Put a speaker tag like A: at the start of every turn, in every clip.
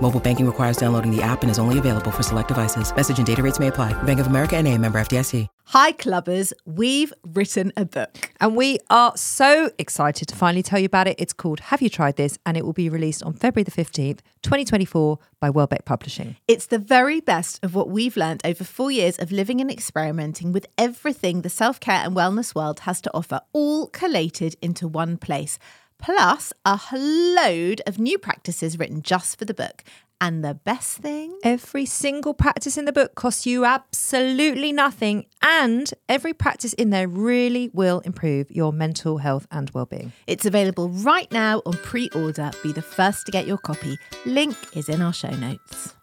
A: Mobile banking requires downloading the app and is only available for select devices. Message and data rates may apply. Bank of America and a member FDIC.
B: Hi, clubbers. We've written a book.
C: And we are so excited to finally tell you about it. It's called Have You Tried This? And it will be released on February the 15th, 2024 by Welbeck Publishing.
B: It's the very best of what we've learned over four years of living and experimenting with everything the self care and wellness world has to offer, all collated into one place. Plus, a load of new practices written just for the book. And the best thing?
C: Every single practice in the book costs you absolutely nothing, and every practice in there really will improve your mental health and well-being.
B: It's available right now on pre order. Be the first to get your copy. Link is in our show notes.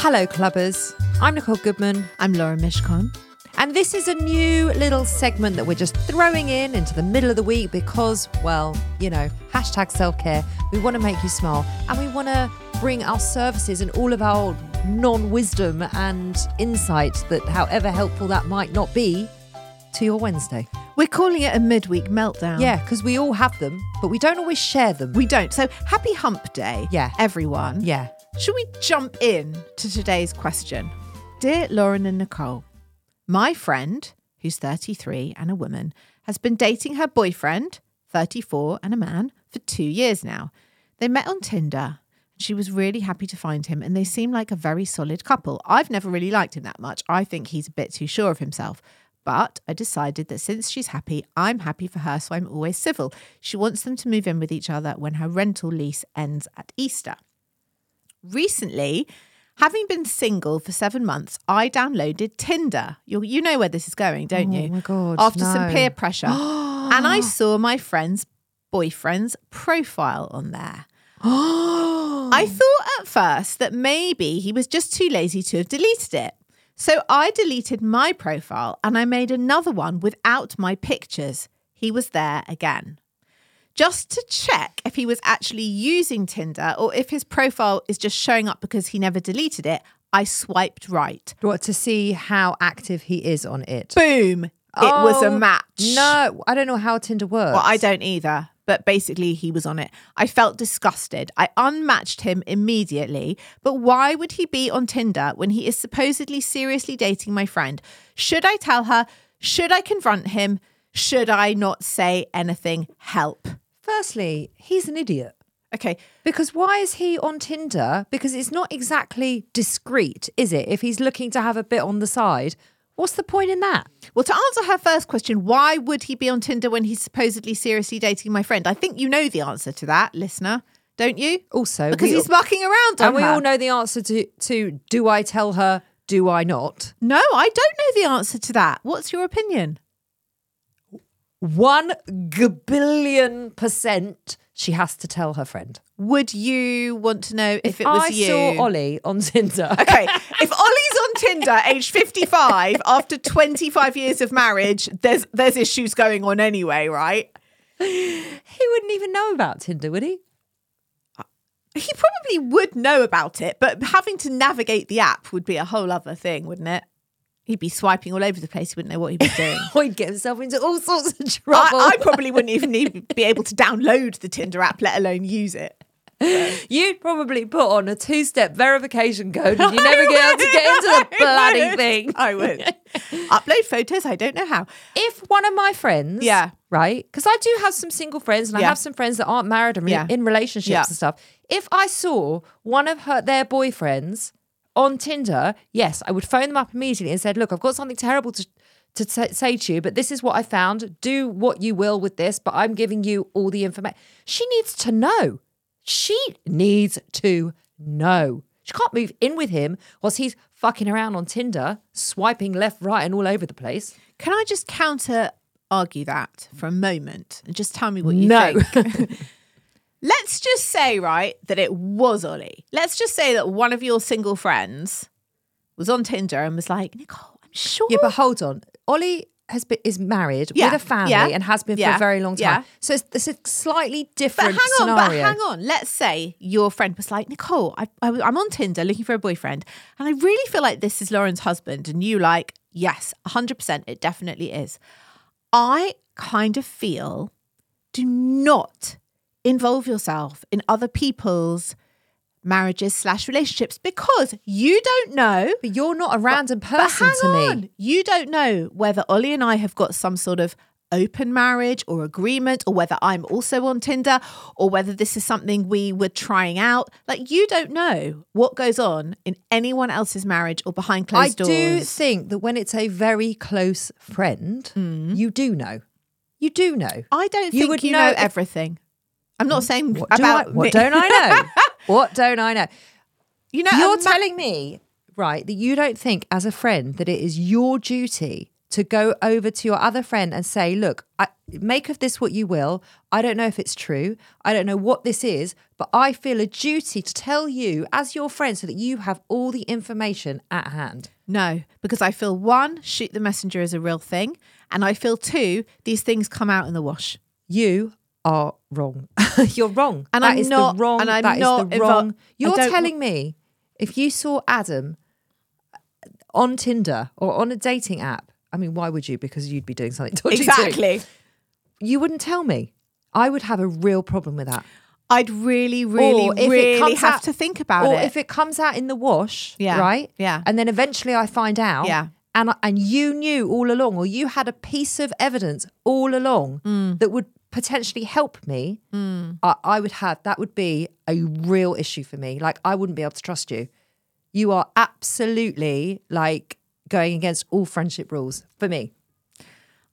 C: Hello, clubbers. I'm Nicole Goodman,
B: I'm Laura Mishcon.
C: and this is a new little segment that we're just throwing in into the middle of the week because, well, you know, hashtag self-care. We want to make you smile, and we want to bring our services and all of our non-wisdom and insight that, however helpful that might not be, to your Wednesday.
B: We're calling it a midweek meltdown.
C: Yeah, because we all have them, but we don't always share them.
B: We don't. So happy hump day,
C: Yeah.
B: everyone.
C: yeah.
B: Should we jump in to today's question? Dear Lauren and Nicole, my friend, who's 33 and a woman, has been dating her boyfriend, 34 and a man, for two years now. They met on Tinder. She was really happy to find him, and they seem like a very solid couple. I've never really liked him that much. I think he's a bit too sure of himself. But I decided that since she's happy, I'm happy for her, so I'm always civil. She wants them to move in with each other when her rental lease ends at Easter. Recently, having been single for seven months, I downloaded Tinder. you you know where this is going, don't
C: Oh
B: you?
C: my God,
B: After some
C: no.
B: peer pressure. and I saw my friend's boyfriend's profile on there. I thought at first that maybe he was just too lazy to have deleted it. So I deleted my profile and I made another one without my pictures. He was there again. Just to check if he was actually using Tinder or if his profile is just showing up because he never deleted it, I swiped right.
C: What to see how active he is on it.
B: Boom! It was a
C: Oh,
B: match.
C: No, I don't know how Tinder works.
B: Well, I don't either. But basically, he was on it. I felt disgusted. I unmatched him immediately. But why would he be on Tinder when he is supposedly seriously dating my friend? Should I tell her? Should I confront him? Should I not say anything? Help.
C: Firstly, he's an idiot.
B: Okay.
C: Because why is he on Tinder? Because it's not exactly discreet, is it? If he's looking to have a bit on the side, what's the point in that?
B: Well, to answer her first question, why would he be on Tinder when he's supposedly seriously dating my friend? I think you know the answer to that, listener, don't you?
C: Also,
B: because
C: we-
B: he's mucking around. on
C: And we
B: her.
C: all know the answer to, to do I tell her, do I not?
B: No, I don't know the answer to that. What's your opinion?
C: One gabillion percent she has to tell her friend.
B: Would you want to know if, it was
C: I
B: you?
C: saw Ollie on Tinder.
B: Okay, if Ollie's on Tinder, age fifty-five, after twenty-five years of marriage, there's there's issues going on anyway, right?
C: he wouldn't even know about Tinder, would he?
B: He probably would know about it, but having to navigate the app would be a whole other thing, wouldn't it? He'd be swiping all over the place. He wouldn't know what he was doing.
C: Or he'd get himself into all sorts of trouble.
B: I, I probably wouldn't even need, be able to download the Tinder app, let alone use it.
C: You'd probably put on a two step verification code and you never get able to get into the
B: I
C: bloody
B: would.
C: thing.
B: I would upload photos. I don't know how.
C: If one of my friends,
B: Yeah.
C: right, because I do have some single friends and
B: Yeah.
C: I have some friends that aren't married and re-
B: Yeah.
C: in relationships
B: Yeah.
C: and stuff. If I saw one of her their boyfriends on Tinder, yes, I would phone them up immediately and said, "Look, I've got something terrible to." To t- say to you, but this is what I found. Do what you will with this, but I'm giving you all the information. She needs to know. She needs to know. She can't move in with him whilst he's fucking around on Tinder, swiping left, right, and all over the place.
B: Can I just counter argue that for a moment and just tell me what you
C: No.
B: think? Let's just say, right, that it was Ollie. Let's just say that one of your single friends was on Tinder and was like, Nicole, I'm sure.
C: Yeah, but hold on. Ollie has been is married
B: Yeah,
C: with a family
B: yeah,
C: and has been for
B: yeah,
C: a very long time.
B: yeah.
C: So it's, it's a slightly
B: But
C: different
B: hang on, but
C: scenario.
B: hang on. Let's say your friend was like, Nicole, I, I, I'm on Tinder looking for a boyfriend, and I really feel like this is Lauren's husband. And you like, yes, 100%, it definitely is. I kind of feel do not involve yourself in other people's marriages slash relationships because you don't know
C: But you're not a random
B: but
C: person
B: hang
C: to me.
B: on. You don't know whether Ollie and I have got some sort of open marriage or agreement or whether I'm also on Tinder or whether this is something we were trying out. Like you don't know what goes on in anyone else's marriage or behind
C: I
B: closed
C: do
B: doors.
C: think that when it's a very close friend,
B: Mm.
C: you do know. You do know.
B: I don't
C: You
B: think
C: would
B: you
C: know
B: know,
C: if-
B: everything. Mm. I'm not saying
C: What do
B: about
C: I, what
B: me.
C: don't I know? what don't I know?
B: you know,
C: You're
B: a ma-
C: telling me, right, that you don't think as a friend that it is your duty to go over to your other friend and say, look, I, make of this what you will. I don't know if it's true. I don't know what this is, but I feel a duty to tell you as your friend so that you have all the information at hand.
B: No, because I feel one, shoot the messenger is a real thing, and I feel two, these things come out in the wash.
C: You are wrong. You're wrong.
B: And
C: That
B: I'm
C: is
B: not-
C: the wrong.
B: and I'm
C: that is
B: not
C: the
B: invo-
C: wrong.
B: I
C: You're
B: don't-
C: telling me if you saw Adam uh, on Tinder or on a dating app. I mean, why would you? Because you'd be doing something dodgy. too. You wouldn't tell me. I would have a real problem with that.
B: I'd really, really,
C: or if it
B: really
C: comes
B: have
C: out-
B: to think about
C: or
B: it.
C: if it comes out in the wash,
B: Yeah,
C: right?
B: yeah.
C: And then eventually I find out.
B: Yeah.
C: And, I- and you knew all along, or you had a piece of evidence all along
B: Mm.
C: that would potentially help me. I, I would have, that would be a real issue for me. Like, I wouldn't be able to trust you. You are absolutely like going against all friendship rules for me.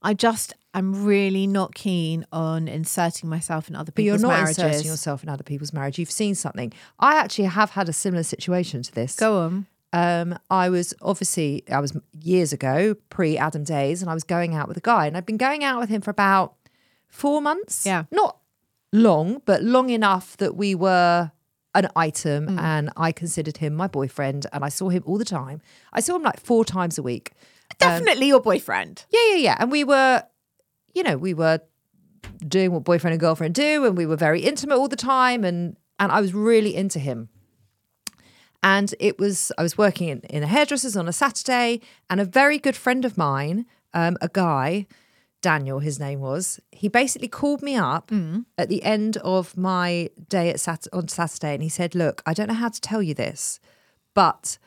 B: I just I'm really not keen on inserting myself in other
C: But you're
B: people's
C: not
B: marriages.
C: inserting yourself in other people's marriage. You've seen something. I actually have had a similar situation to this.
B: Go on.
C: um, I was obviously I was years ago, pre Adam days, and I was going out with a guy, and I'd been going out with him for about four months.
B: Yeah.
C: not long, but long enough that we were an item, and I considered him my boyfriend, and I saw him all the time. I saw him like four times a week.
B: Definitely your boyfriend.
C: Yeah, yeah, yeah. And we were, you know, we were doing what boyfriend and girlfriend do, and we were very intimate all the time, and and I was really into him. And it was I was working in, in a hairdresser's on a Saturday, and a very good friend of mine, um, a guy, Daniel, his name was, he basically called me up at the end of my day at Sat- on Saturday, and he said, "Look, I don't know how to tell you this, but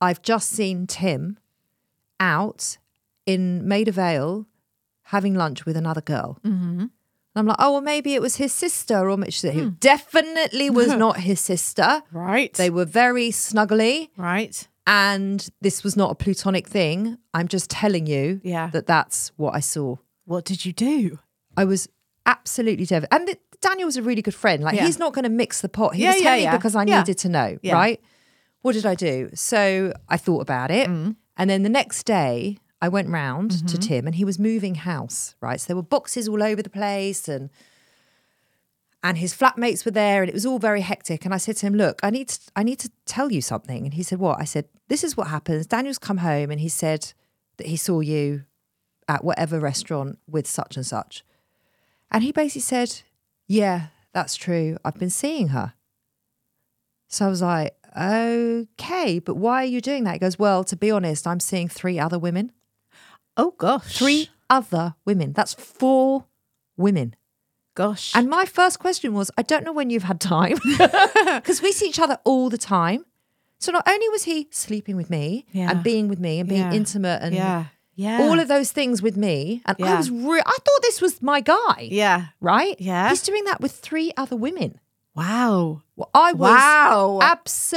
C: I've just seen Tim." out in Maida Vale having lunch with another girl. Mm-hmm. And I'm like, oh, well, maybe it was his sister, or which
B: Hmm.
C: who definitely was not his sister.
B: Um, Right.
C: They were very snuggly,
B: right.
C: and this was not a plutonic thing. I'm just telling you
B: Yeah.
C: that that's what I saw.
B: What did you do?
C: I was absolutely devastated. And th- Daniel's a really good friend. Like,
B: Yeah.
C: he's not going to mix the pot. He
B: Yeah,
C: was
B: yeah,
C: telling me
B: yeah.
C: because I
B: Yeah.
C: needed to know,
B: Yeah.
C: right? What did I do? So I thought about it. And then the next day, I went round to Tim and he was moving house, right? So there were boxes all over the place and and his flatmates were there and it was all very hectic and i said to him look i need to, i need to tell you something and he said what i said this is what happens daniel's come home and he said that he saw you at whatever restaurant with such and such and he basically said yeah that's true i've been seeing her so i was like okay but why are you doing that he goes well to be honest i'm seeing three other women
B: Oh gosh.
C: three other women that's four women
B: Gosh.
C: and my first question was, I don't know when you've had time because we see each other all the time. So not only was he sleeping with me
B: Yeah.
C: and being with me and being
B: Yeah.
C: intimate and
B: yeah. Yeah.
C: all of those things with me, and I
B: Yeah.
C: was re- I thought this was my guy,
B: Yeah.
C: right?
B: Yeah.
C: he's doing that with three other women.
B: Wow.
C: Well, I was
B: Wow.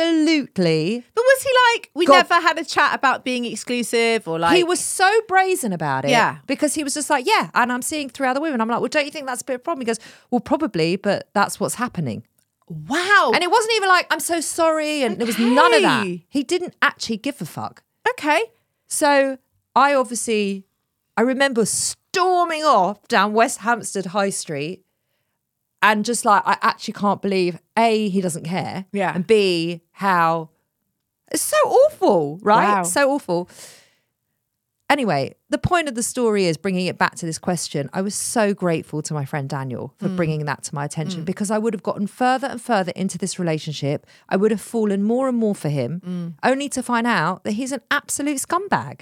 C: absolutely.
B: But was he like, we
C: God.
B: never had a chat about being exclusive or like.
C: he was so brazen about it.
B: Yeah.
C: Because he was just like, yeah, and I'm seeing three other women. I'm like, well, don't you think that's a bit of a problem? He goes, well, probably, but that's what's happening.
B: Wow.
C: And it wasn't even like, I'm so sorry. And there was none of that.
B: Oh. Okay.
C: He didn't actually give a fuck.
B: okay.
C: So I obviously, I remember storming off down West Hampstead High Street and just like, I actually can't believe A, he doesn't care.
B: Yeah.
C: And B, how it's so awful, right?
B: Wow.
C: So awful. Anyway, the point of the story is bringing it back to this question. I was so grateful to my friend Daniel for bringing that to my attention because I would have gotten further and further into this relationship. I would have fallen more and more for him, only to find out that he's an absolute scumbag.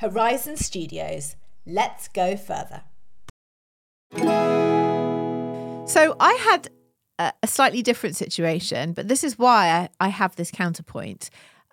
D: Horizon Studios, let's go further.
B: So I had a, a slightly different situation, but this is why I, I have this counterpoint.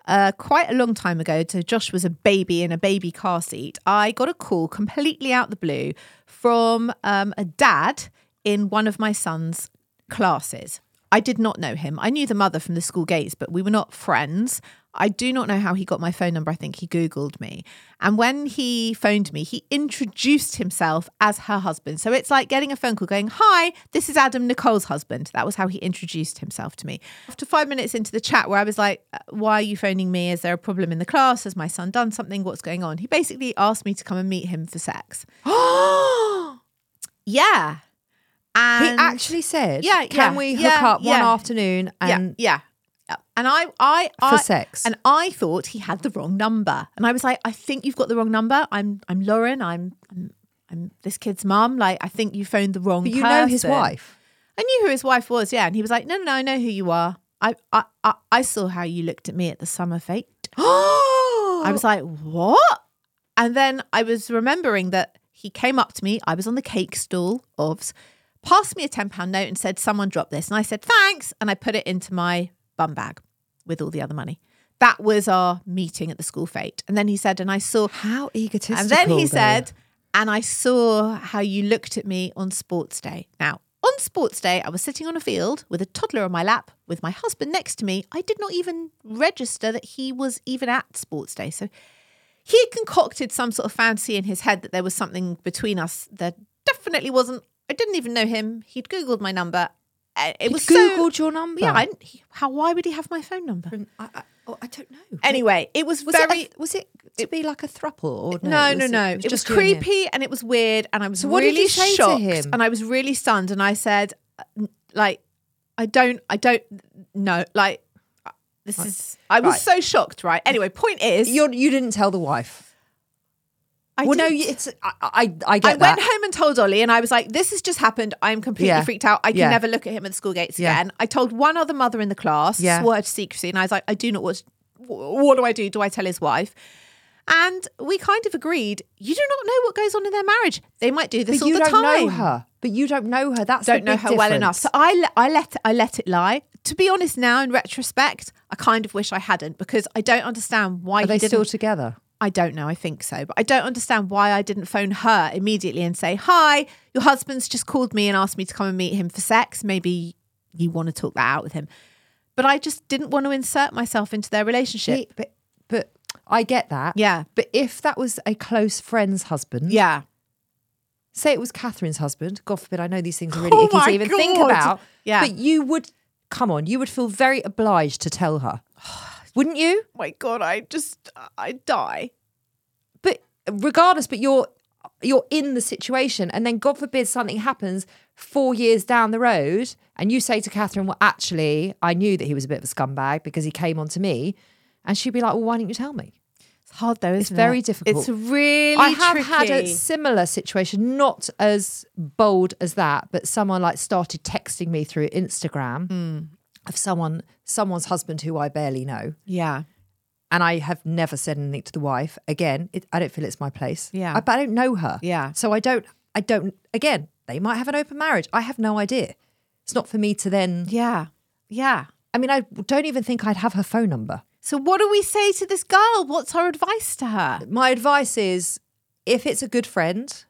B: Uh, quite a long time ago, so Josh was a baby in a baby car seat. I got a call completely out the blue from um, a dad in one of my son's classes. I did not know him. I knew the mother from the school gates, but we were not friends. I do not know how he got my phone number. I think he Googled me. And when he phoned me, he introduced himself as her husband. So it's like getting a phone call going, Hi, this is Adam Nicole's husband. That was how he introduced himself to me. After five minutes into the chat, where I was like, "Uh, Why are you phoning me? Is there a problem in the class? Has my son done something? What's going on? He basically asked me to come and meet him for sex. yeah. And
C: he actually said,
B: Yeah,
C: Can
B: yeah,
C: we hook
B: yeah,
C: up one
B: yeah.
C: afternoon and
B: yeah, yeah. And I, I, I
C: For sex.
B: and I thought he had the wrong number, and I was like, I think you've got the wrong number. I'm, I'm Lauren. I'm, I'm, I'm this kid's mum. Like, I think you phoned the wrong.
C: but you know his
B: person."
C: wife?
B: I knew who his wife was. Yeah, and he was like, No, no, no. I know who you are. I, I, I, I saw how you looked at me at the summer fete. I was like, what? And then I was remembering that he came up to me. I was on the cake stall, ofs, passed me a £10 note and said, someone dropped this. And I said, thanks. And I put it into my bum bag with all the other money. That was our meeting at the school fete. And then he said, and I saw
C: How egotistical.
B: and then he
C: though.
B: said, and I saw how you looked at me on sports day. Now, on sports day, I was sitting on a field with a toddler on my lap with my husband next to me. I did not even register that he was even at sports day. So he concocted some sort of fancy in his head that there was something between us that definitely wasn't. I didn't even know him. He'd Googled my number. Uh, It
C: He'd
B: was
C: Googled
B: so,
C: your number?
B: Yeah, I, didn't- he- how? Why would he have my phone number?
C: I, I, oh, I don't know.
B: Anyway, it was,
C: Was
B: very.
C: it a, was it to be like a thruple or
B: No, no,
C: it-
B: no. It was,
C: just you and him?
B: creepy and it was weird, and I was
C: So what
B: really
C: did you say to
B: shocked,
C: him?
B: and I was really stunned, and I said, uh, n- like, I don't, I don't know, like, uh, this is. I was
C: Right.
B: so shocked, right? Anyway, point is,
C: You're, you didn't tell the wife.
B: I
C: well, no,
B: didn't-
C: you- it's I I, I
B: I
C: get that.
B: went home and told Ollie, and I was like, "This has just happened. I'm completely
C: Yeah.
B: freaked out. I can
C: Yeah.
B: never look at him at the school gates
C: Yeah.
B: again." I told one other mother in the class,
C: Yeah.
B: swore to secrecy, and I was like, "I do not what. What do I do? Do I tell his wife?" And we kind of agreed, you do not know what goes on in their marriage. They might do this
C: But
B: all
C: you
B: the
C: don't
B: time.
C: know her. But you don't know her. That's
B: don't
C: the
B: know her
C: big
B: well enough.
C: difference.
B: So I, le- I let I let it lie. To be honest, now in retrospect, I kind of wish I hadn't because I don't understand why
C: Are
B: he
C: they
B: didn't.
C: still together?
B: I don't know. I think so, but I don't understand why I didn't phone her immediately and say, "Hi, your husband's just called me and asked me to come and meet him for sex. Maybe you want to talk that out with him." But I just didn't want to insert myself into their relationship.
C: He- but but I get that.
B: Yeah.
C: But if that was a close friend's husband,
B: yeah.
C: say it was Catherine's husband. God forbid, I know these things are really
B: Oh
C: icky
B: my
C: to even think
B: God.
C: about.
B: Yeah.
C: But you would come on. You would feel very obliged to tell her, wouldn't you?
B: My God, I just I die.
C: But regardless, but you're you're in the situation, and then God forbid something happens four years down the road, and you say to Catherine, "Well, actually, I knew that he was a bit of a scumbag because he came on to me," and she'd be like, "Well, why didn't you tell me?"
B: It's hard though, isn't
C: It's very
B: it?
C: difficult.
B: It's really
C: I have had a
B: tricky.
C: similar situation, not as bold as that, but someone like started texting me through Instagram
B: Hmm.
C: of someone someone's husband who I barely know,
B: yeah.
C: and I have never said anything to the wife. Again, it, I don't feel it's my place.
B: Yeah.
C: I, but I don't know her.
B: Yeah.
C: so I don't. I don't. Again, they might have an open marriage. I have no idea. It's not for me to then.
B: Yeah. Yeah.
C: I mean, I don't even think I'd have her phone number.
B: So what do we say to this girl? What's our advice to her?
C: my advice is if it's a good friend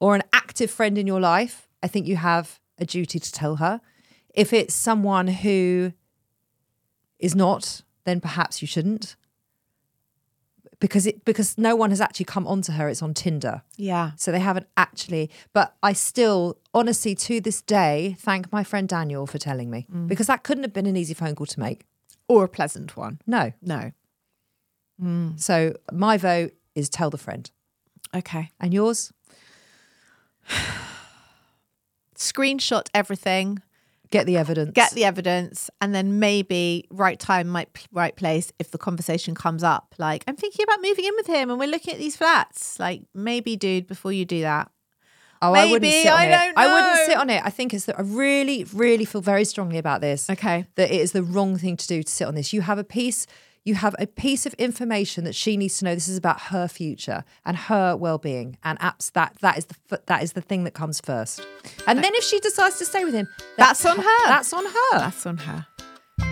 C: or an active friend in your life, I think you have a duty to tell her. If it's someone who is not, then perhaps you shouldn't. Because it because no one has actually come onto her, it's on Tinder.
B: Yeah.
C: So they haven't actually, but I still honestly to this day thank my friend Daniel for telling me because that couldn't have been an easy phone call to make.
B: Or a pleasant one.
C: No.
B: No.
C: So my vote is tell the friend.
B: Okay.
C: And yours?
B: Screenshot everything,
C: Get the evidence.
B: get the evidence, and then maybe right time, right, right place if the conversation comes up. Like, I'm thinking about moving in with him and we're looking at these flats. Like, maybe, dude, before you do that.
C: Oh, I wouldn't
B: Maybe,
C: sit on
B: I
C: it.
B: don't
C: I wouldn't sit
B: know.
C: on it. I think it's that I really, really feel very strongly about this.
B: Okay.
C: That it is the wrong thing to do to sit on this. You have a piece, you have a piece of information that she needs to know. This is about her future and her well-being. And apps that that is the f- that is the thing that comes first. And then if she decides to stay with him,
B: Uh, That's on her.
C: That's on her.
B: That's on her.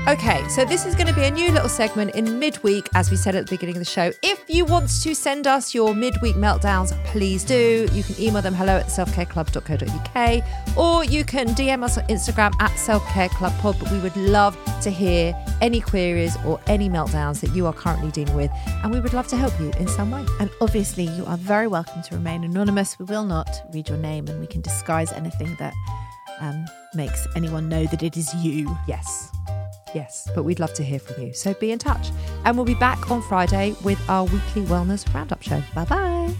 C: Okay, so this is going to be a new little segment in midweek, as we said at the beginning of the show. If you want to send us your midweek meltdowns, please do. You can email them hello at selfcareclub.co.uk or you can DM us on Instagram at selfcareclubpod. But we would love to hear any queries or any meltdowns that you are currently dealing with, and we would love to help you in some way.
B: And obviously, you are very welcome to remain anonymous. We will not read your name and we can disguise anything that um, makes anyone know that it is you.
C: Yes. Yes, but we'd love to hear from you. So be in touch. And we'll be back on Friday with our weekly wellness roundup show. Bye bye.